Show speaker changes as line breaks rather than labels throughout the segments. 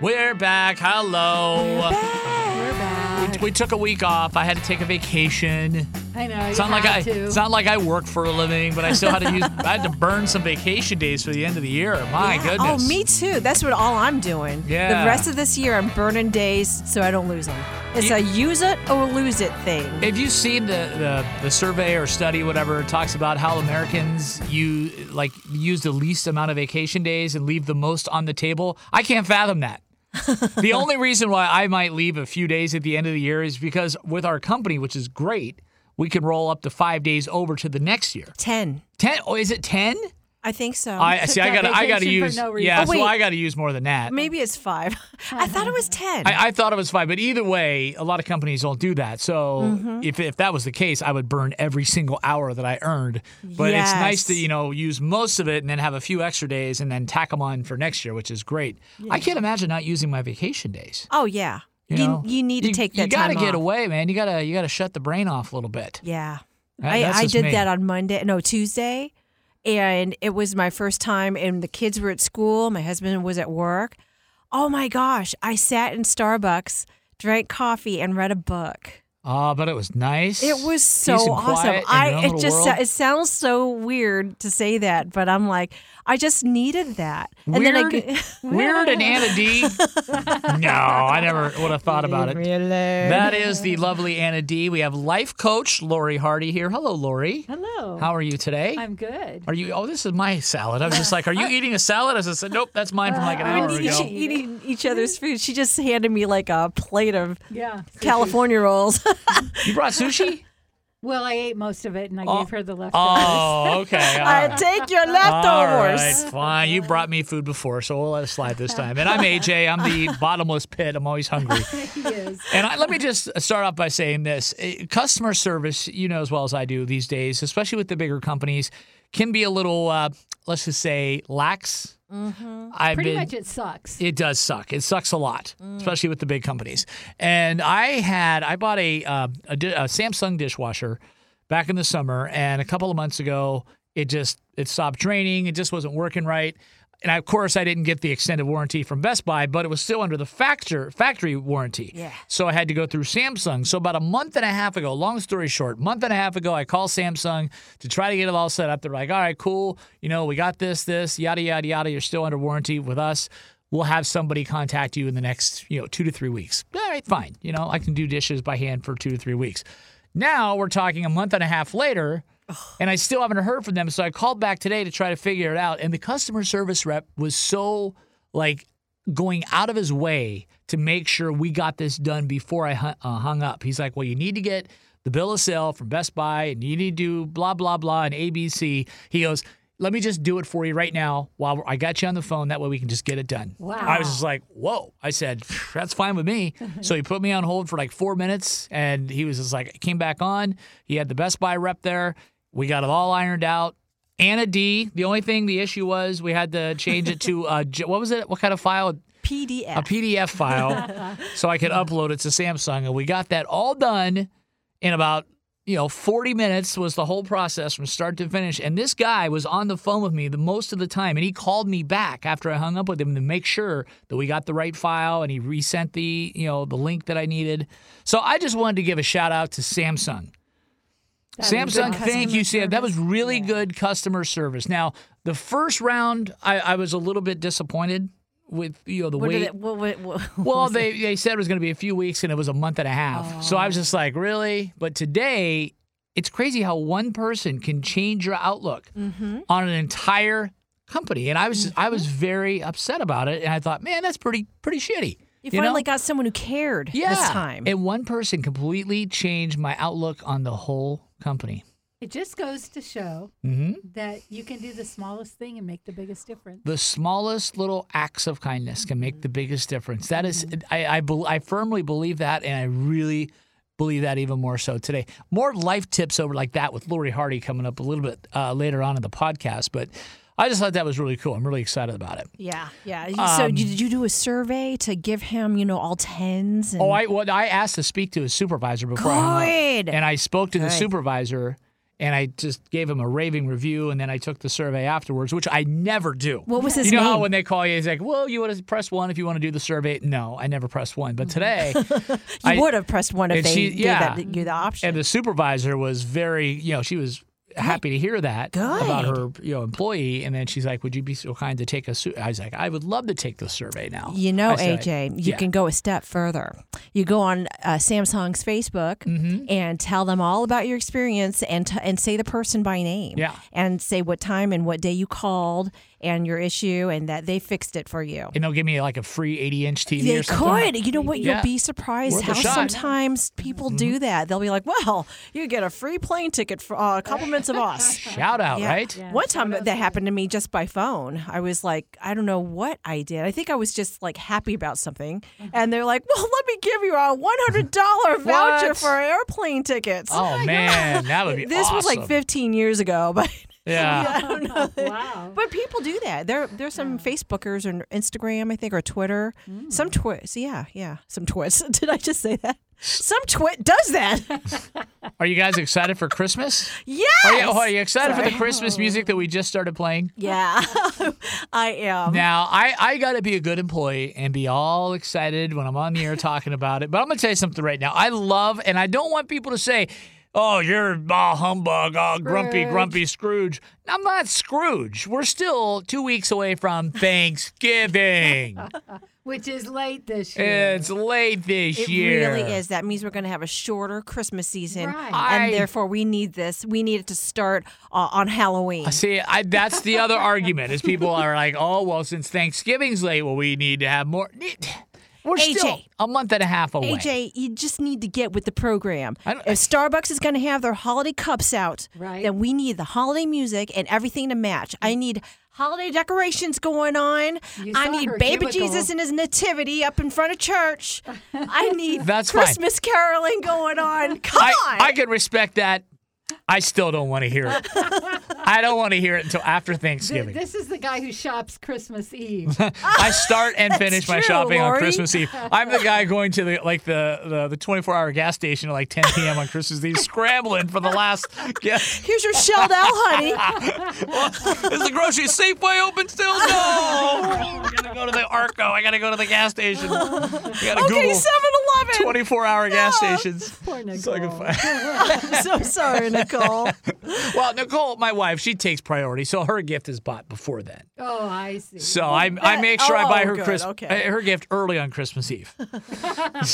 We're back. Hello.
We're back.
We took a week off. I had to take a vacation.
I know.
It's
you
not like
had
I.
to.
It's not like I work for a living, but I still had to use. I had to burn some vacation days for the end of the year. My
Yeah.
goodness.
Oh, me too. That's what all I'm doing.
Yeah.
The rest of this year, I'm burning days so I don't lose them. It's
You-
a use it or lose it thing.
Have you seen the, the the survey or study, whatever, talks about how Americans you like use the least amount of vacation days and leave the most on the table? I can't fathom that. the only reason why I might leave a few days at the end of the year is because with our company, which is great, we can roll up to five days over to the next year.
Ten.
Ten? Oh, is it ten?
I think so.
I see. I
that
gotta. I gotta
vacation for
use.
no reason.
yeah.
Oh,
so
wait.
I gotta use more than that.
Maybe it's five. I thought it was ten.
I, I thought it was fine, but either way, a lot of companies don't do that. So
Mm-hmm.
if, if that was the case, I would burn every single hour that I earned. But it's nice
Yes.
to you know use most of it and then have a few extra days and then tack them on for next year, which is great. I can't imagine not using my vacation days.
oh yeah. You,
know?
you need to take that
You gotta
time
get
off.
away, man. You gotta you gotta shut the brain off a little bit.
Yeah.
That-
I,
that's
I
just
did
me.
that on Monday, no, Tuesday. And it was my first time, and the kids were at school. My husband was at work. Oh my gosh. I sat in Starbucks, drank coffee, and read a book.
Ah, but it was nice.
It was so
Peace and
awesome.
quiet in your own
I it
little
just
world.
sa- it sounds so weird to say that, but I'm like, I just needed that. And
weird,
then I g-
weird and Anna D. no, I never would have thought about it. That is the lovely Anna D. We have life coach Lori Hardy here. Hello, Lori.
Hello.
How are you today?
I'm good.
are you? Oh, this is my salad. I was just like, are you eating a salad? I just said, nope, that's mine from like an hour
when each,
ago.
eating each other's food, she just handed me like a plate of
Yeah.
California rolls.
You brought sushi?
Well, I ate most of it and I
Oh.
gave her the leftovers.
Oh, okay. all
I
right.
take your
All
leftovers.
right, fine. You brought me food before, so we'll let it slide this time. And I'm AJ. I'm the bottomless pit. I'm always hungry.
He is.
And I, let me just start off by saying this Eh, customer service, you know as well as I do these days, especially with the bigger companies, can be a little, uh, let's just say, lax. I've
Mm-hmm. Pretty
been-
much it Mm. sucks.
it does suck. It sucks a lot, especially with the big companies. And I had I bought a, uh, a di- a Samsung dishwasher back in the summer, and a couple of months ago, it just it stopped draining. It just wasn't working right. And of course, I didn't get the extended warranty from Best Buy, but it was still under the factor factory warranty.
Yeah.
So I had to go through Samsung. So about a month and a half ago, long story short, month and a half ago, I called Samsung to try to get it all set up. They're like, all right, cool. You know, we got this, this, yada, yada, yada. You're still under warranty with us. We'll have somebody contact you in the next, you know, two to three weeks. All right, fine. You know, I can do dishes by hand for two to three weeks. Now we're talking a month and a half later, and I still haven't heard from them. So I called back today to try to figure it out. And the customer service rep was so like going out of his way to make sure we got this done before I hu- uh, hung up. He's like, well, you need to get the bill of sale from Best Buy and you need to do blah, blah, blah and ABC. He goes, let me just do it for you right now while I got you on the phone. That way we can just get it done.
Wow.
I was just like, whoa. I said, that's fine with me. so he put me on hold for like four minutes and he was just like, came back on. He had the Best Buy rep there. We got it all ironed out. Anna D. The only thing the issue was we had to change it to uh, j- what was it? What kind of file?
PDF.
a PDF file so I could upload it to Samsung. And we got that all done in about, you know, 40 minutes was the whole process from start to finish. And this guy was on the phone with me the most of the time. And he called me back after I hung up with him to make sure that we got the right file and he resent the, you know, the link that I needed. So I just wanted to give a shout out to Samsung.
That is
Samsung,
awesome.
thank you, Sam. That was really good customer service. Now, the first round, I, I was a little bit disappointed with you know the
What
wait.
did it, what, what, what,
Well, they, they said it was going to be a few weeks and it was a month and a half. So I was just like, really? But today, it's crazy how one person can change your outlook
Mm-hmm.
on an entire company. And I was I was very upset about it. And I thought, man, that's pretty pretty shitty.
you
know?
finally got someone who cared
yeah.
this time.
And one person completely changed my outlook on the whole company.
It just goes to show
hmm
that you can do the smallest thing and make the biggest difference.
The smallest little acts of kindness can make the biggest difference. That is, I, I, bel- I firmly believe that, and I really believe that even more so today. More life tips over like that with Lori Hardy coming up a little bit uh, later on in the podcast. But I just thought that was really cool. I'm really excited about it.
yeah, yeah. You- so
Um,
you- did you do a survey to give him, you know, all tens? And,
Oh, I well, I asked to speak to his supervisor before I hung up,
Good.
and I spoke to the supervisor, and I just gave him a raving review, and then I took the survey afterwards, which I never do.
What was his
you know
name?
how when they call you, it's like, well, you would have pressed one if you want to do the survey. No, I never pressed one. But today,
Mm-hmm. you
I-
would have pressed one if
and
they
she-
gave
yeah.
that, you the option.
and the supervisor was very, you know, she was happy to hear that about her, you know, employee. And then she's like, "Would you be so kind to take a?" Su-? I was like, "I would love to take the survey now."
You know,
I said,
AJ, you
yeah.
can go a step further. You go on uh, Samsung's Facebook
Mm-hmm.
and tell them all about your experience and t- and say the person by name.
Yeah.
And say what time and what day you called and your issue and that they fixed it for you.
And they'll give me like a free 80 inch TV
They
or something.
could. You know what? You'll
Yeah.
be surprised
Worth a
how
shot.
sometimes people do that. They'll be like, well, you get a free plane ticket for uh, compliments of us.
Shout out,
Yeah.
right?
One time that happened to me just by phone. I was like, I don't know what I did. I think I was just like happy about something. And they're like, well, let me give you a $100 voucher
What?
for airplane tickets.
Oh, man, that would be
this was like
awesome.
15 years ago, but
Yeah.
I don't know.
wow.
But people do that. There, there's some Facebookers or Instagram, I think, or Twitter. Some twits, yeah, yeah, some twits. Did I just say that? Some twit does that.
Are you guys excited for Christmas?
yes.
Are you, are you excited for the Christmas music that we just started playing?
Yeah, I am.
Now, I, I got to be a good employee and be all excited when I'm on the air talking about it. But I'm going to tell you something right now. I love, and I don't want people to say, oh, you're all humbug, all grumpy,
Scrooge.
grumpy Scrooge. I'm not Scrooge. We're still two weeks away from Thanksgiving.
Which is late this year.
it's late this
It
year.
really is. That means we're going to have a shorter Christmas season,
Right.
I-
and therefore we need this. We need it to start uh, on Halloween.
See, I, that's the other argument is people are like, oh, well, since Thanksgiving's late, well, we need to have more. We're
AJ.
still a month and a half away.
AJ, you just need to get with the program.
I don't-
if Starbucks is going to have their holiday cups out,
Right. Mm.
then we need the holiday music and everything to match. I need holiday decorations going on.
You
I
saw
need
her
baby
cubicle.
Jesus and his nativity up in front of church. I need
That's fine.
Christmas caroling going on. Come
I,
on.
I can respect that. I still don't want to hear it. I don't want to hear it until after
Th-
Thanksgiving.
this is the guy who shops Christmas Eve.
I start and finish my
true,
shopping on
Lori.
Christmas Eve. I'm the guy going to the like the the, the 24 hour gas station at like 10 p.m. on Christmas Eve, scrambling for the last. Yeah,
Here's your shelled out, honey.
is the grocery Safeway open still? No, I gotta go to the Arco. I gotta go to the gas station. I gotta
Okay,
Google
7 Eleven.
24 hour gas
No.
stations.
Poor Nicole.
So I can find-
I'm so sorry, Nicole.
well, Nicole, my wife, she takes priority, so her gift is bought before then.
oh, I see.
So I, I
that-
make sure I buy
oh,
her
good,
Christ,
okay.
uh, her gift early on Christmas Eve.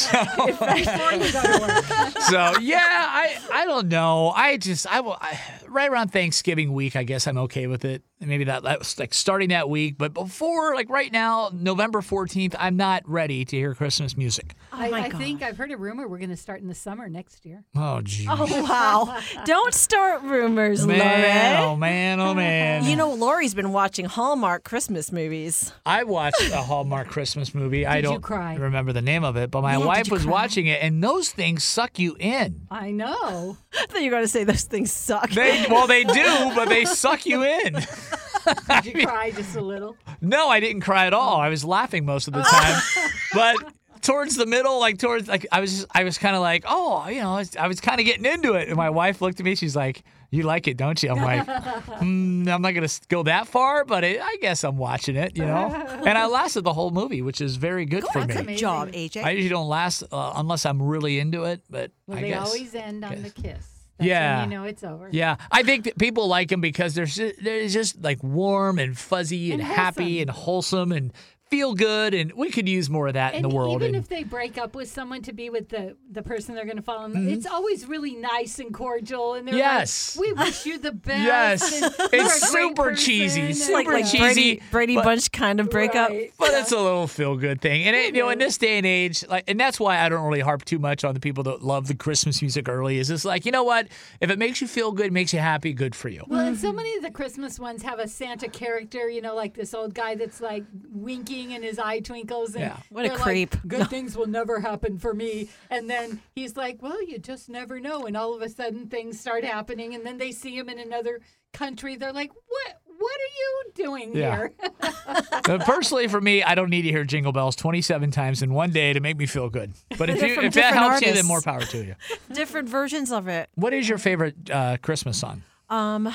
Before you go to work.
So yeah, I I don't know. I just I, will- I right around Thanksgiving week, I guess I'm okay with it. Maybe that that was like starting that week, but before like right now, November 14th, I'm not ready to hear Christmas music.
I,
my
I think I've heard a rumor we're going to start in the summer next year.
Oh geez,
Wow. Don't start rumors,
man,
Lauren.
oh man, oh man.
You know, Lori's been watching Hallmark Christmas movies.
I watched a Hallmark Christmas movie. I
Did you
don't
cry?
remember the name of it, but my
Yeah, did
wife
you
was
cry?
watching it, and those things suck you in.
I know.
I thought you were going to say those things suck.
They well, they do, but they suck you in.
Did you cry just a little?
No, I didn't cry at
Oh.
all. I was laughing most of the time, but towards the middle, like towards like I was, I was kind of like, oh, you know, I was, I was kind of getting into it. And my wife looked at me. She's like, "You like it, don't you?" I'm like, "Hmm, "I'm not gonna s- go that far, but it, I guess I'm watching it," you know. And I lasted the whole movie, which is very good for me.
That's a
amazing.
job, AJ.
I usually don't last uh, unless I'm really into it, but
Well,
I
they
guess.
always end on the kiss. That's
Yeah.
When you know it's over.
Yeah, I think that people like him because they're just, they're just like warm and fuzzy and,
And
happy
wholesome.
and wholesome and feel good, and we could use more of that
And
in the world.
even
and-
if they break up with someone to be with the, the person they're going to fall in love, it's always really nice and cordial. And they're
Mm-hmm. Yes.
like, we wish you the best.
Yes.
and
It's
you're a great
super cheesy,
person,"
super
and-
like like
cheesy.
Brady, Brady
but-
Bunch kind of breakup.
Right.
but it's a little feel good thing, and it, you know, in this day and age, like, and that's why I don't really harp too much on the people that love the Christmas music early. Is it's like, you know what? If it makes you feel good, makes you happy, good for you.
Well, and so many of the Christmas ones have a Santa character, you know, like this old guy that's like winking and his eye twinkles. And
Yeah.
What a
they're like,
creep.
Good things will never happen for me. And then he's like, well, you just never know. And all of a sudden things start happening. And then they see him in another country. They're like, what? what are you doing
Yeah.
here?
But personally, for me, I don't need to hear jingle bells 27 times in one day to make me feel good. But if
They're
you
from
if that
different
helps you, then
artists.
more power to you.
Different versions of it.
What is your favorite uh, Christmas song?
Um,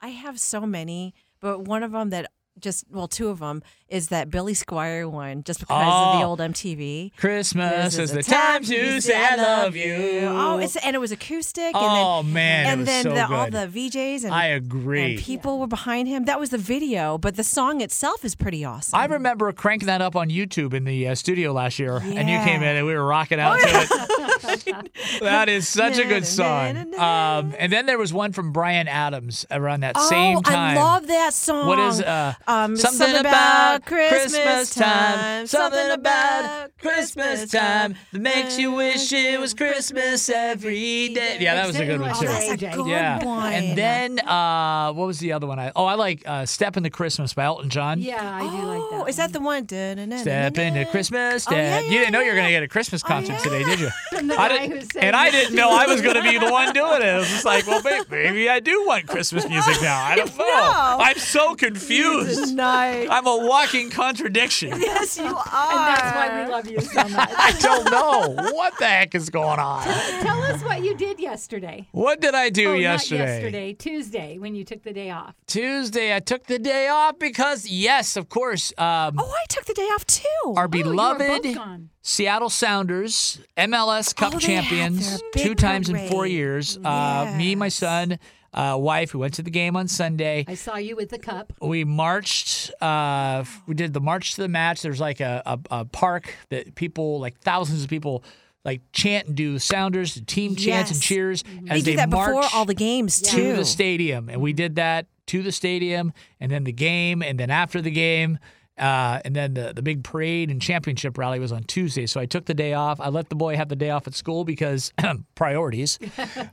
I have so many, but one of them that just well, two of them is that Billy Squire one, just because of the
Oh.
old MTV.
Christmas
This
is the time to say I love you.
Oh, it's and it was acoustic.
Oh,
and then,
man, it
and
was
then
so
the, all
good.
the VJs and
I
and
agree.
people were behind him. That was the video, but the song itself is pretty awesome.
I remember cranking that up on YouTube in the uh, studio last year, and you came in
Yeah.
and we were rocking out to it. that is such a good song. Um, and then there was one from Brian Adams around that
oh,
same
I
time.
love that song.
What is uh,
um,
something, about Christmas time? Something about Christmas time that makes you wish it was Christmas every day. Yeah, that was a good one
Oh,
too.
that's a
Jay.
good
yeah,
one.
and then uh, what was the other one? I oh, I like uh, "Step into Christmas" by Elton John.
Yeah, I do like that.
Oh, is that the one?
Step into Christmas,
Oh,
step.
yeah,
you didn't know you were
yeah, Oh,
going to get a Christmas concert
yeah.
today, did you?
From the
I
guy
didn't-
who sang
and I
that.
didn't know I was going to be the one doing it. I was just like, well, may- maybe I do want Christmas music now. I don't know.
No.
I'm so confused.
Nice.
I'm a walking contradiction.
yes, you are.
And that's why we love you so much.
I don't know what the heck is going on.
Tell us what you did yesterday.
What did I do
Oh,
yesterday?
Not yesterday, Tuesday, when you took the day off.
Tuesday, I took the day off because, yes, of course, um,
Oh, I took the day off too.
our
Oh, you were both
beloved
gone.
Seattle Sounders, MLS Cup
Oh, they had their
champions,
big
two times in four
parade.
years. Uh, me, my son, uh, wife, we went to the game on Sunday.
I saw you with the cup.
We marched. Uh, f- we did the march to the match. There's like a, a, a park that people, like thousands of people, like chant and do Sounders team chants and
Yes.
cheers
they
as
do that
march
before all the games
to
too.
the stadium, and we did that to the stadium, and then the game, and then after the game, uh, and then the the big parade and championship rally was on Tuesday. So I took the day off. I let the boy have the day off at school because priorities.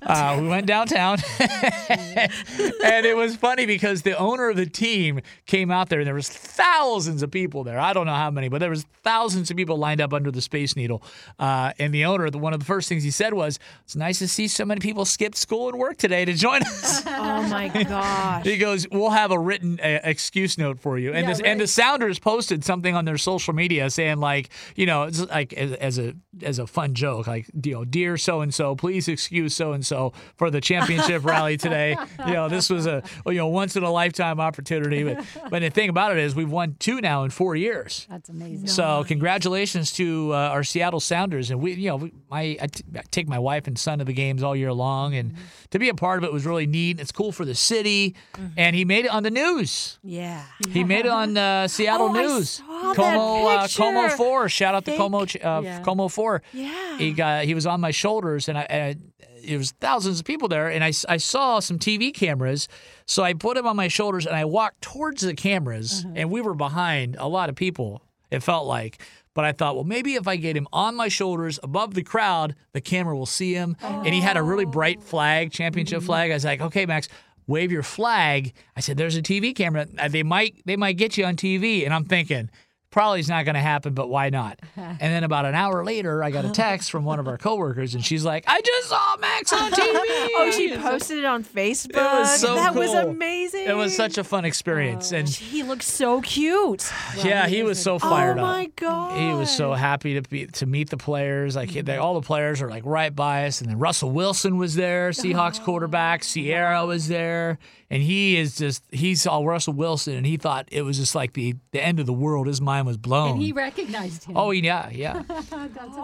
Uh, we went downtown, and it was funny because the owner of the team came out there, and there was thousands of people there. I don't know how many, but there was thousands of people lined up under the Space Needle. Uh, and the owner, the, one of the first things he said was, "It's nice to see so many people skip school and work today to join us."
oh my gosh.
He goes, "We'll have a written uh, excuse note for you." And
Yeah,
this, and the Sounders posted something on their social media saying, like, you know, it's like as, as a as a fun joke, like, you know, dear so and so, please excuse so and so for the championship rally today. You know, this was a you know once in a lifetime opportunity. But but the thing about it is, we've won two now in four years.
That's amazing.
So congratulations to uh, our Seattle Sounders, and we, you know, we, my I, t- I take my wife and son to the games all year long, and
Mm-hmm.
to be a part of it was really neat. It's cool for the city, and he made it on the news.
Mm-hmm. Yeah.
He made it on uh, Seattle
Oh, I
News.
saw that
Como uh,
picture.
Como Four, shout out to
Thank-
Como ch- uh,
Yeah.
Como Four.
Yeah.
He got he was on my shoulders, and I, and I it was thousands of people there, and I, s- I saw some TV cameras, so I put him on my shoulders and I walked towards the cameras, and we were behind a lot of people. It felt like. But I thought, well, maybe if I get him on my shoulders above the crowd, the camera will see him. And he had a really bright flag, championship flag. I was like, okay, Max, wave your flag. I said, there's a TV camera. Uh, They might, they might get you on TV. And I'm thinking, probably is not going to happen, but why not? And then about an hour later, I got a text from one of our coworkers, and she's like, "I just saw Max on TV."
Oh, she posted it on Facebook.
It was so
that was
cool.
amazing. Oh,
It was such a fun experience, and
He looked so cute.
yeah, he was so fired
oh
up.
my god.
He was so happy to be to meet the players. Like
Mm-hmm.
they, all the players are like right by us, and then Russell Wilson was there, Seahawks
Oh.
quarterback. Sierra was there, and he is just he saw Russell Wilson, and he thought it was just like the the end of the world. His mind was blown.
and he recognized him.
oh yeah, yeah.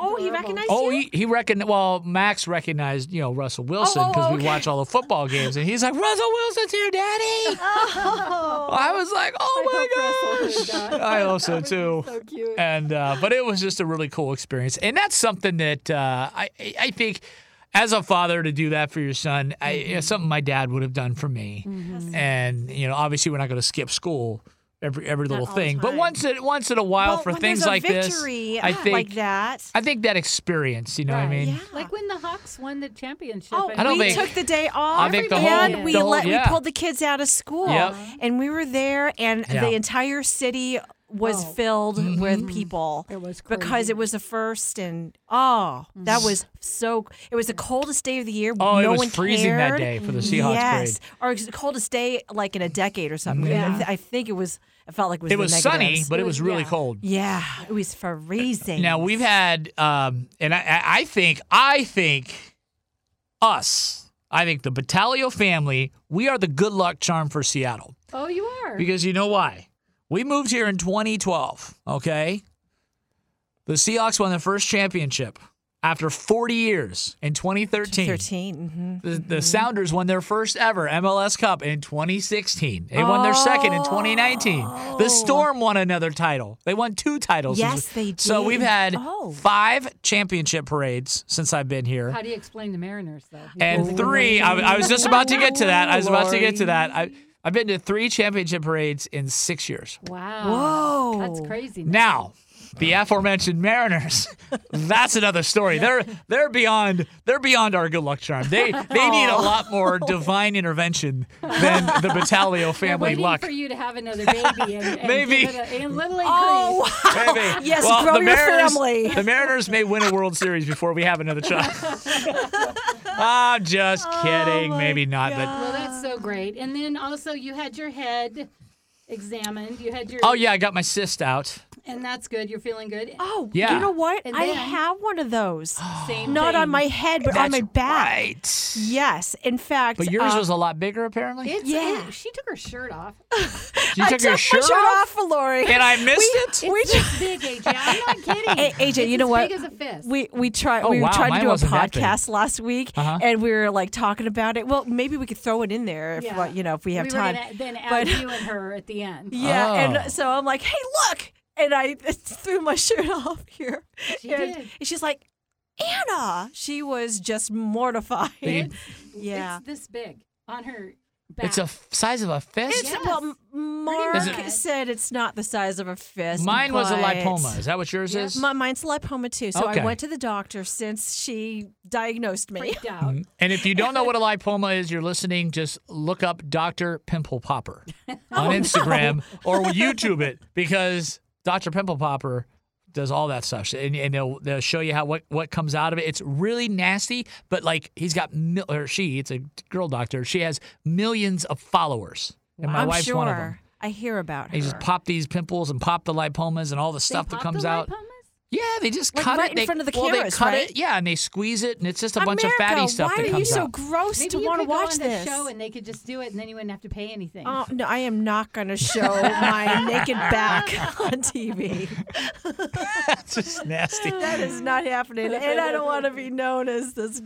Oh, he recognized
Oh,
you.
he, he recognized. Well, Max recognized, you know, Russell Wilson
oh,
because we
okay.
watch all the football games, and he's like, "Russell Wilson's here, Daddy." I was like, "Oh my gosh!" I also too.
So cute.
And uh, but it was just a really cool experience, and that's something that uh, I I I think. As a father, to do that for your son, I,
Mm-hmm.
it's something my dad would have done for me, and you know, obviously, we're not going to skip school every every little
all the
thing, but
time.
once it once in a while
Well,
for
when
things
there's a
like
victory,
this, I
ah,
think
like that.
I think that experience, you know what I
Right.
mean?
Yeah.
Like when the Hawks won the championship.
Oh,
I don't
we
think-
took the day off.
think the
and
whole-
we
the whole-
let
yeah.
we pulled the kids out of school,
Yep.
and we were there,
Yeah.
and
Mm-hmm.
the entire city was
Oh.
filled with people
It was
because
crazy.
it was the first and oh that was so it was the coldest day of the year
Mm. Oh,
no
it was
one
freezing that
cared.
day for the Seahawks
yes.
parade.
or it was the coldest day like in a decade or something I
Yeah.
th- I, think it was I felt like it was
It
the
was sunny,
negatives.
but it was really
yeah.
cold.
yeah it was freezing
Now we've had, um, and I- I, I think, I think, us, I think the Battaglio family, we are the good luck charm for Seattle
Oh, you are.
because you know why? We moved here in 2012. Okay, the Seahawks won their first championship after 40 years in 2013.
13
mm-hmm.
mhm.
The, the Sounders won their first ever MLS Cup in 2016. They won their second in 2019. The Storm won another title. They won two titles.
Oh. Yes, they
So
did.
we've had
Oh.
five championship parades since I've been here.
How do you explain the Mariners though?
And three, I, I was just about to get to that. I was about to get to that. I, I've been to three championship parades in six years.
Wow.
Whoa.
That's crazy.
Now, the aforementioned Mariners, that's another story. They're they're beyond they're beyond our good luck charm. They they need a lot more divine intervention than the Battaglio
They're
family
waiting
luck.
for you a another baby and, and
Maybe.
give it a, and little increase.
oh
Maybe.
Yes, grow your family.
The Mariners may win a World Series before we have another child. I'm just
Oh
kidding. Maybe not, but
Well, Oh, that's so great. And then also you had your head examined. You had your
oh yeah, I got my cyst out.
and that's good. You're feeling good.
oh
Yeah. Oh,
you know what
And
I
then-
have one of those
Same
not on
thing.
my head but on my
That's
back
Right.
yes in fact
But yours
uh,
was a lot bigger, apparently.
It's,
Yeah.
it- she took her shirt off.
You took,
I
your
took my
shirt,
shirt off, Lori.
and I missed it.
It's this big, AJ. I'm not kidding.
A- AJ,
It's
you know
as
what?
Big as a fist.
We we tried
Oh,
we
wow,
tried
mine
to do a
wasn't that big.
podcast last week
Uh-huh.
and we were like talking about it. Well, maybe we could throw it in there if
Yeah.
well, you know if we have
we
time.
Were gonna, then add
But-
you and her at the end.
yeah,
Oh.
and so I'm like, hey, look, and I threw my shirt off here.
She
and,
did.
and she's like, Anna, she was just mortified.
Did
It's,
Yeah.
It's this big on her back.
It's a f- size of a fist.
It's, well,
Pretty
Mark
bad.
said it's not the size of a fist.
Mine was a
but-
lipoma. Is that what yours
Yeah.
is?
My, mine's lipoma too. So
Okay.
I went to the doctor since she diagnosed me.
freaked out.
and if you don't know what a lipoma is, you're listening, just look up Dr. Pimple Popper
Oh,
on Instagram or YouTube it because Dr. Pimple Popper does all that stuff and, and they'll, they'll show you how what, what comes out of it. It's really nasty, but like he's got, mil- or she, it's a girl doctor, she has millions of followers. And my
I'm
wife's
sure.
one of them.
I hear about her.
They just pop these pimples and pop the lipomas and all the
They
stuff that
popped
comes
the
out.
lipomas?
Yeah, they just
Like
cut
right
it
in
they,
front of the
well,
cameras,
they cut
right?
it, yeah, and they squeeze it, and it's just a bunch
America,
of fatty stuff
why
that
are you
comes
so
out.
gross
Maybe
to
you
want to
could go
watch
on
this?
the show and they could just do it, and then you wouldn't have to pay anything.
Oh no, I am not going to show my naked back on TV.
It's just nasty.
That is not happening, and I don't want to be known as this.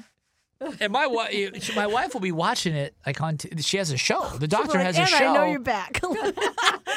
And my wife, my wife will be watching it. Like on, t- she has a show. The doctor
like,
has a
and
show.
I know you're back.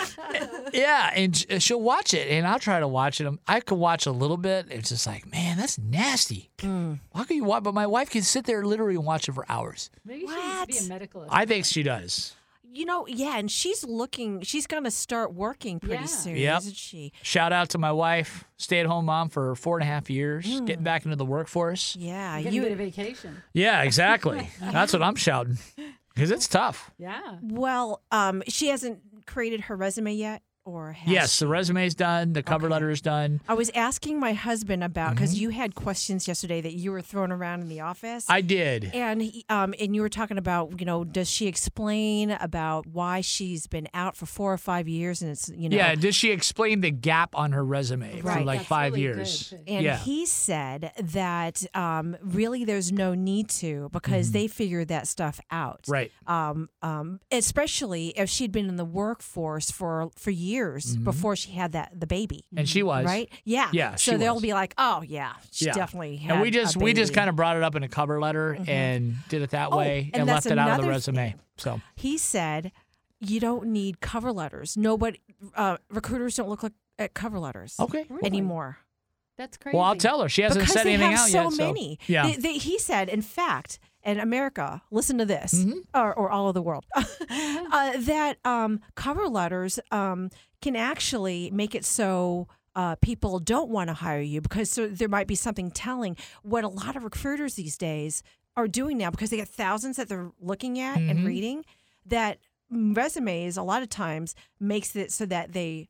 Yeah, and sh- she'll watch it, and I'll try to watch it. Um, I could watch a little bit. It's just like, man, that's nasty.
Hmm.
How can you watch? But my wife can sit there literally and watch it for hours.
Maybe she needs to be
What?
a medical assistant.
I think she does.
you know, yeah, and she's looking. She's going to start working pretty
Yeah.
soon,
Yep.
isn't she?
Shout out to my wife, stay at home mom for four and a half years,
Hmm.
getting back into the workforce.
Yeah,
Get a bit
you.
of vacation.
Yeah, exactly. That's what I'm shouting because it's tough.
Yeah.
Well, um, she hasn't created her resume yet, or has
Yes, the resume's done, the cover letter is done.
I was asking my husband about because
Mm-hmm.
you had questions yesterday that you were throwing around in the office.
I did.
and he, um, and you were talking about you know does she explain about why she's been out for four or five years and it's you know
Yeah, did she explain the gap on her resume for
Right.
like
That's
five
really
years?
good.
and
yeah.
he said that um, really there's no need to because they figure that stuff out
Mm-hmm. Right.
um, um, especially if she'd been in the workforce for for years before she had that the baby
And she was.
right yeah
Mm-hmm. Yeah,
so
she
they'll
was.
be like oh yeah she
Yeah.
definitely had
And we
a
just we just
baby." Mm-hmm.
kind of brought it up in a cover letter and did it that
Oh,
way
and
and,
that's
left it out of the
another
resume. So
he said you don't need cover letters nobody uh, recruiters don't look like at cover letters
okay.
anymore
That's crazy.
Well, I'll tell her she hasn't
because
said
they
anything
have
out
so
yet.
many
So, yeah.
They- they- he said in fact in america listen to this
Mm-hmm.
or, or all of the world uh, that um, cover letters um, can actually make it so uh, people don't want to hire you because so there might be something telling what a lot of recruiters these days are doing now because they got thousands that they're looking at
Mm-hmm.
and reading that resumes a lot of times makes it so that they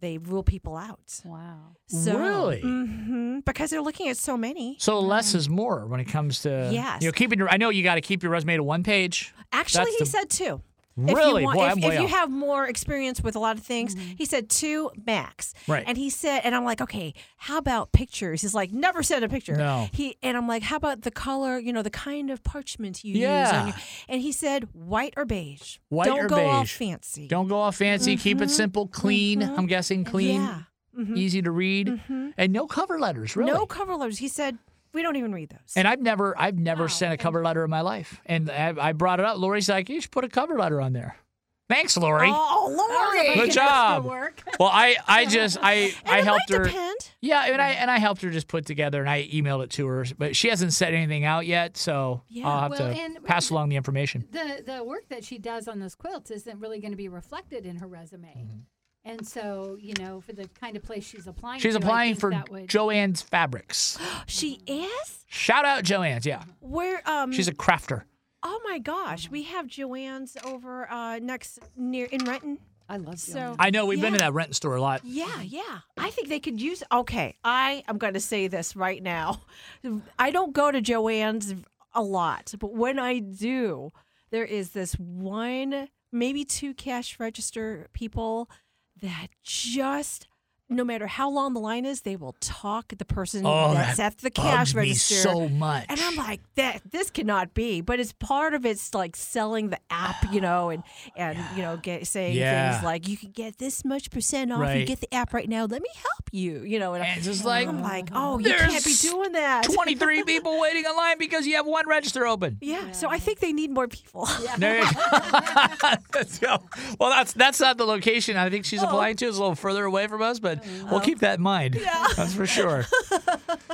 they rule people out.
Wow.
So,
Really?
mhm, because they're looking at so many.
So less is more when it comes to
Yes.
You know, keeping your. I know you got to keep your resume to one page.
Actually,
That's
he
the-
said two. If
Really?
you, want,
Boy,
if,
I'm
if
way
you
off. Mm-hmm.
have more experience with a lot of things, he said two max.
Right.
And he said, and I'm like, okay, how about pictures? He's like, never send a picture.
No.
He and I'm like, how about the color? You know, the kind of parchment you use.
Yeah.
On your, and he said, white or beige.
White
Don't
or
go all
beige.
fancy.
Don't go all fancy. Keep it simple, clean. I'm guessing clean,
Yeah.
easy to read, and no cover letters. Really?
No cover letters. He said, we don't even read those.
And I've never, I've never sent a cover letter in my life. And I, I brought it up. Lori's like, you should put a cover letter on there. Thanks, Lori.
oh, Lori.
Good
Extra
job.
work.
Well, I, I just, I,
And
I
it
helped
might
her.
depend.
Yeah, and I and I helped her just put together, and I emailed it to her, but she hasn't sent anything out yet, so
Yeah.
I'll have
Well,
to
and-
pass along the information.
The the work that she does on those quilts isn't really going to be reflected in her resume.
Mm-hmm.
And so, you know, for the kind of place she's applying
She's
to, I
applying
think
for
that would,
Joanne's Fabrics.
She is?
Shout out Joanne's, yeah.
Where um
She's a crafter.
Oh my gosh, we have Joanne's over uh, next near in Renton.
I love
So
I know we've been to
Yeah.
that rent store a lot.
Yeah, yeah. I think they could use. Okay, I am going to say this right now. I don't go to Joanne's a lot, but when I do, there is this one, maybe two cash register people that just. No matter how long the line is, they will talk the person
Oh,
that's
that
at the
bugs
cash
me
register
so much.
and I'm like, that this cannot be. But it's part of it's like selling the app, you know, and and you know, get, saying
Yeah.
things like you can get this much percent off. You
Right.
get the app right now. Let me help you, you know. And,
And it's just like,
I'm like, oh, you can't be
there's
doing that.
23 people waiting in line because you have one register open.
Yeah. So I think they need more people.
There you go. Let's go. Well, that's that's not the location I think
Oh.
she's applying to. It's a little further away from us, but we'll keep that in mind. That's for sure.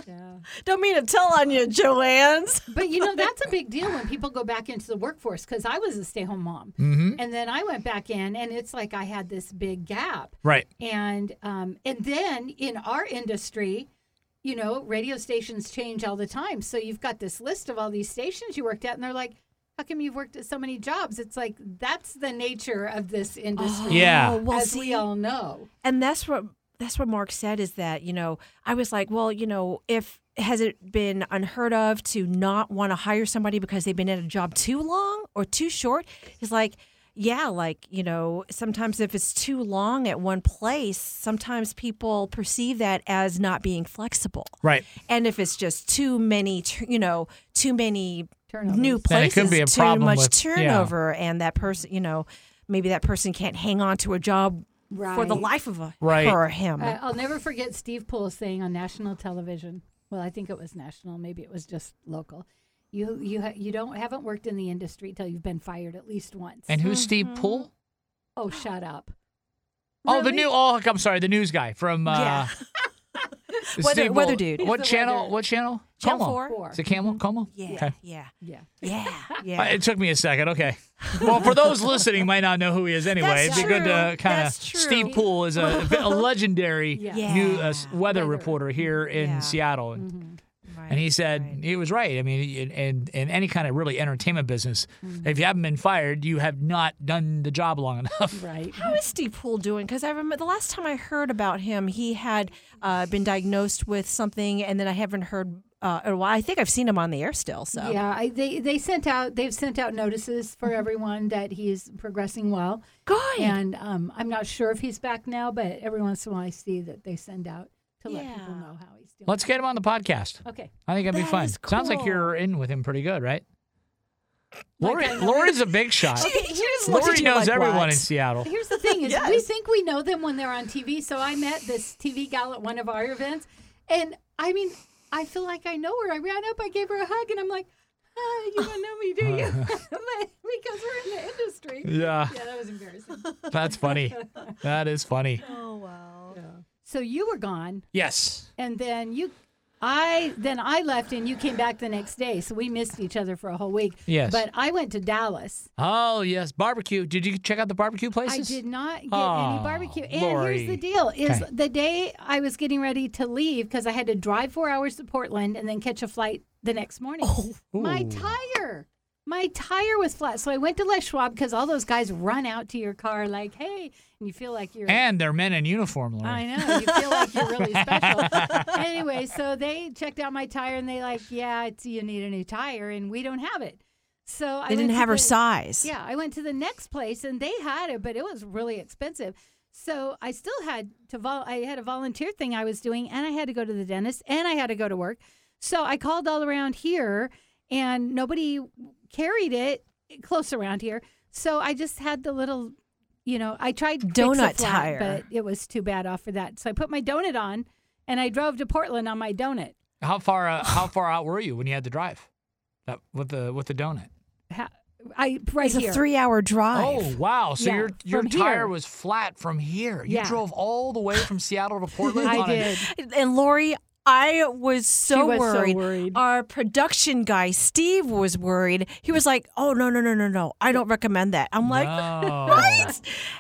Yeah.
don't mean to tell on you, Joanne's.
But you know, that's a big deal when people go back into the workforce because I was a stay home mom.
Mm-hmm.
And then I went back in, and it's like I had this big gap.
Right.
And um, and then in our industry, you know, radio stations change all the time. So you've got this list of all these stations you worked at, and they're like, "How come you've worked at so many jobs?" It's like that's the nature of this industry,
Yeah.
Oh, well,
as
see,
we all know.
and that's what that's what Mark said is that you know I was like, well, you know, if has it been unheard of to not want to hire somebody because they've been at a job too long or too short? He's like, yeah, like you know, sometimes if it's too long at one place, sometimes people perceive that as not being flexible.
Right.
And if it's just too many, tur- you know, too many
Turnovers.
new
Then it
places,
could be a
too
problem
much
with- yeah.
turnover, and that person, you know, maybe that person can't hang on to a job for the
Right. Uh,
life of a,
Right.
her or him.
I- I'll never forget Steve Poole saying on national television. Well, I think it was national. Maybe it was just local. You you ha- you don't haven't worked in the industry till you've been fired at least once.
And
Mm-hmm.
who's Steve Poole?
oh, shut up!
Oh, the new. Oh, I'm sorry, the news guy from. Uh,
Yeah.
Steve
Weather- weather
Poole.
dude.
What
He's the
channel?
weather-
What channel?
Channel
Como.
four. Mm-hmm.
Four.
Is it Camel? Como.
yeah,
Okay.
yeah,
Yeah.
yeah, yeah.
Uh, it took me a second. Okay. Well, for those listening, might not know who he is anyway.
That's
It'd be good to
true.
kind of.
That's true.
Steve Poole is a, a legendary
Yeah.
new uh, s-
Yeah.
weather,
Weather.
reporter here in
Yeah. Mm-hmm.
Seattle, and,
Mm-hmm.
Right,
and he said
right.
he was right. I mean, in, in, in any kind of really entertainment business,
Mm-hmm.
if you haven't been fired, you have not done the job long enough.
Right.
"How is Steve Poole doing?" Because I remember the last time I heard about him, he had uh, been diagnosed with something, and then I haven't heard. Uh, or, well, I think I've seen him on the air still. So
Yeah, I, they they sent out they've sent out notices
Mm-hmm.
for everyone that he's progressing well,
good.
and um, I'm not sure if he's back now, but every once in a while I see that they send out to let people
Yeah.
know how he's doing.
Let's get him on the podcast.
okay.
I think that'd be
That
fun.
is
Sounds like
cool.
you're in with him pretty good, right? Lori,
I-
Lori's a big shot.
She- she just looked
Lori
at you
knows
like,
everyone
"What?"
in Seattle.
Here's the thing: is we
Yes.
think we know them when they're on TV. So I met this TV gal at one of our events, and I mean, I feel like I know her. I ran up, I gave her a hug, and I'm like, ah, "You don't know me, do you?" But because we're in the industry.
Yeah,
Yeah, that was embarrassing.
that's funny. That is funny.
Oh wow.
So you were gone,
Yes.
and then you, I then I left, and you came back the next day. So we missed each other for a whole week.
Yes.
But I went to Dallas.
Oh yes, barbecue. Did you check out the barbecue
I
places?
did not get
Oh,
any barbecue. And
Lori.
here's the deal: is
Okay.
the day I was getting ready to leave because I had to drive four hours to Portland and then catch a flight the next morning. My
Ooh.
tire. My tire was flat. So I went to Les Schwab because all those guys run out to your car like, hey, and you feel like you're.
And they're men in uniform, Lori.
I know. You feel like you're really special. anyway, so they checked out my tire and they like, yeah, it's, you need a new tire and we don't have it. So I
They didn't
went to
have her
the-
size.
Yeah, I went to the next place and they had it, but it was really expensive. So I still had to vol- I had a volunteer thing I was doing and I had to go to the dentist and I had to go to work. So I called all around here and nobody carried it close around here. So I just had the little you know, I tried
Donut
Fix-A-Flat,
tire.
but it was too bad off for that. So I put my donut on and I drove to Portland on my donut.
How far uh, how far out were you when you had to drive? That, with the with the donut.
Ha- I right
It's
here.
a three-hour
Oh
drive.
wow! So
Yeah,
your your
from
tire
here.
was flat from here. You
Yeah.
drove all the way from Seattle to Portland.
I
on a-
did.
And Lori, I was so
was so
worried.
worried.
Our production guy, Steve, was worried. He was like, "Oh no, no, no, no, no! I don't recommend that." I'm
Oh,
like,
No.
"Right?"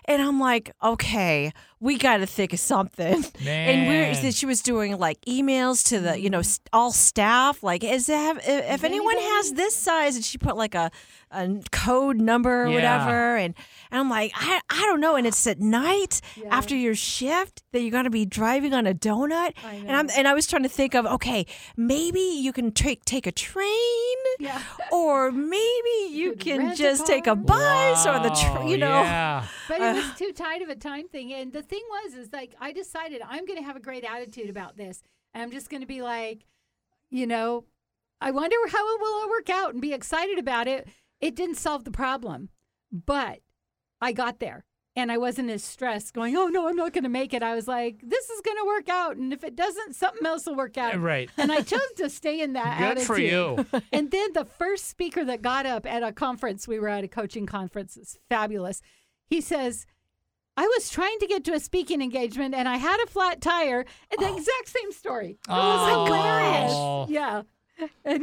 And I'm like, "Okay, we got to think of something." And where is
Man.
that she was doing like emails to the you know s- all staff like is it have if, if anyone has this size and she put like a, a code number or
Yeah.
whatever and, and I'm like I, I don't know and it's at night after your shift that you're gonna be driving on a donut
I
and I'm
know.
and I was trying to think of okay maybe you can take take a train
Yeah.
or maybe you
could
can
rent a
just take a
car.
bus or the
Wow,
tr you know
Yeah.
But it was too tight of a time thing. And the thing was, is like I decided I'm going to have a great attitude about this, and I'm just going to be like, you know, I wonder how it will all work out, and be excited about it. It didn't solve the problem, but I got there, and I wasn't as stressed. Going, oh no, I'm not going to make it. I was like, this is going to work out, and if it doesn't, something else will work out.
Right.
And I chose to stay in that
Good
attitude
for you.
and then the first speaker that got up at a conference, we were at a coaching conference, it's fabulous. He says, I was trying to get to a speaking engagement and I had a flat tire, and the exact same story. It was hilarious.
Oh.
Yeah. And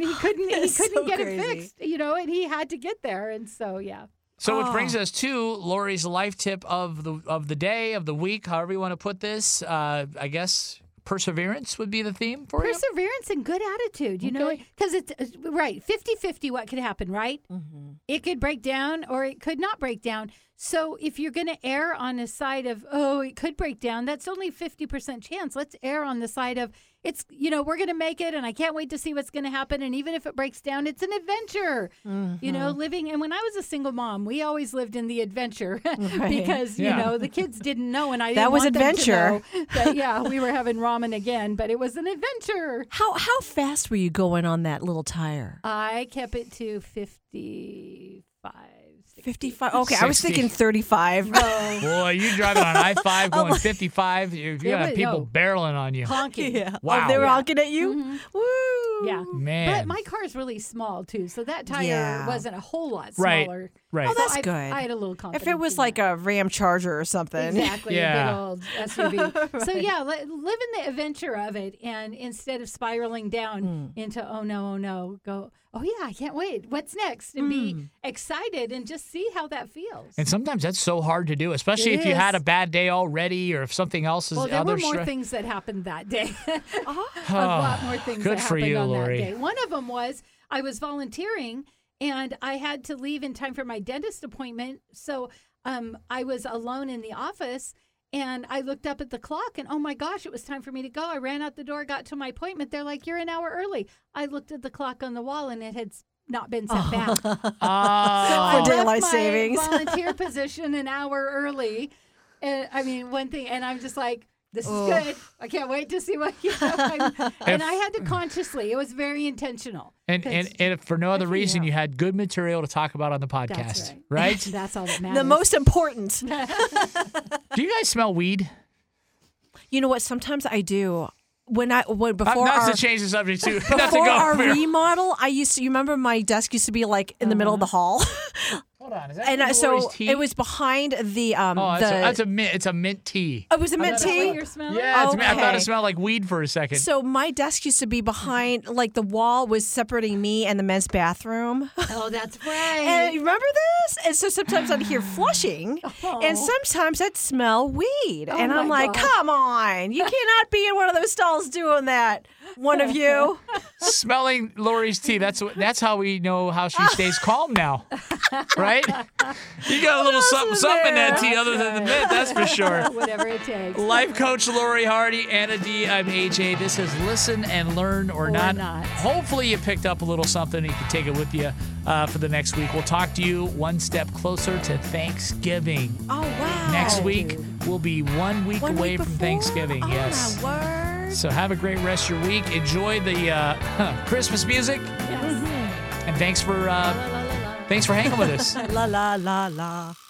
he couldn't he couldn't
That's so
get it
crazy.
fixed, you know, and he had to get there. And so yeah.
So
Oh.
which brings us to Lori's life tip of the of the day of the week, however you want to put this. Uh, I guess perseverance would be the theme for you.
Perseverance and good attitude, you know,
Okay.
because it's it's- right 50 50 what could happen, right?
Mm-hmm.
It could break down or it could not break down. So if you're going to err on the side of, oh, it could break down, that's only 50% chance. Let's err on the side of, it's, you know, we're going to make it and I can't wait to see what's going to happen. And even if it breaks down, it's an adventure, you
Mm-hmm.
know, living. And when I was a single mom, we always lived in the adventure because,
Yeah.
you know, the kids didn't know. And I
That
didn't
was
want them to
adventure.
know that, yeah, we were having ramen again, but it was an adventure.
how how fast were you going on that little tire
I kept it to 55.
55. Okay, I was
60.
thinking 35.
Boy, you driving on I five
Oh
going fifty five. You're
It
gonna have
was-
people
no.
barreling on you.
Honking.
yeah.
Wow.
Oh, they were
Yeah.
honking at you? Woo.
Yeah.
Man.
But my car is really small too, so that tire
Yeah.
wasn't a whole lot
Right,
smaller.
right. Oh,
So
that's
I-
good.
I had a little confidence.
If it was
in
like
that.
a Ram Charger or something.
exactly a
Yeah.
big old SUV. So yeah, li- live in the adventure of it, and instead of spiraling down
Hmm.
into oh no, oh no, go oh yeah, I can't wait. What's next? And
Hmm.
be excited and just see how that feels.
And sometimes that's so hard to do, especially
It
if you had a
is.
bad day already or if something else is
well, there
other
were more
stra- Ah,
things that happened that day. a lot more things
Good
that
for
happened
you,
on
Lori.
that day. One of them was I was volunteering and I had to leave in time for my dentist appointment. So um, I was alone in the office and I looked up at the clock and oh my gosh, it was time for me to go. I ran out the door, got to my appointment. They're like, you're an hour early. I looked at the clock on the wall and it had s- not been sent back. I
Oh,
For
left
daylight
my
savings.
volunteer position an hour early. And I mean, one thing, and I'm just like, this is good. I can't wait to see what you know. I'm- and I had to consciously, it was very intentional.
and, and, and if for no other reason, you had good material to talk about on the
That's
podcast,
right.
right?
That's all that matters.
The most important.
do you guys smell weed?
You know what? Sometimes I do. When I, when,
Uh,
before
not
our,
to change the subject, too. not to
before
go
our
here.
remodel, I used to, you remember my desk used to be like in the middle of the
Uh-huh.
hall?
Hold on, is that
and I,
Lori's
so
tea?
it was behind the, um,
Oh, that's,
the,
a, that's a mint. It's a mint tea.
it was a mint
Is that what
tea.
you're smelling?
Yeah, it's mint- I thought it
Okay.
smelled like weed for a second.
So my desk used to be behind, like the wall was separating me and the men's bathroom.
Oh, that's
And
right.
you remember this? And so sometimes I'd hear flushing, and sometimes I'd smell weed. and I'm
my
like,
God.
come on, you cannot be in one of those stalls doing that. one of you.
smelling Lori's tea. That's what- that's how we know how she stays calm now, right? You got a little something something in that tea other than the mint, that's for sure.
Whatever it takes.
Life coach Lori Hardy, Anna D. I'm AJ. This is listen and learn or,
not.
Hopefully, you picked up a little something. and You can take it with you uh, for the next week. We'll talk to you one step closer to Thanksgiving.
Oh wow.
Next week, we'll be one week
One week
away from
before?
Thanksgiving.
Oh,
yes.
My word.
So have a great rest of your week. Enjoy the uh, Christmas music,
Yes.
and thanks for uh,
La, la, la, la.
thanks for hanging with us.
La la la la.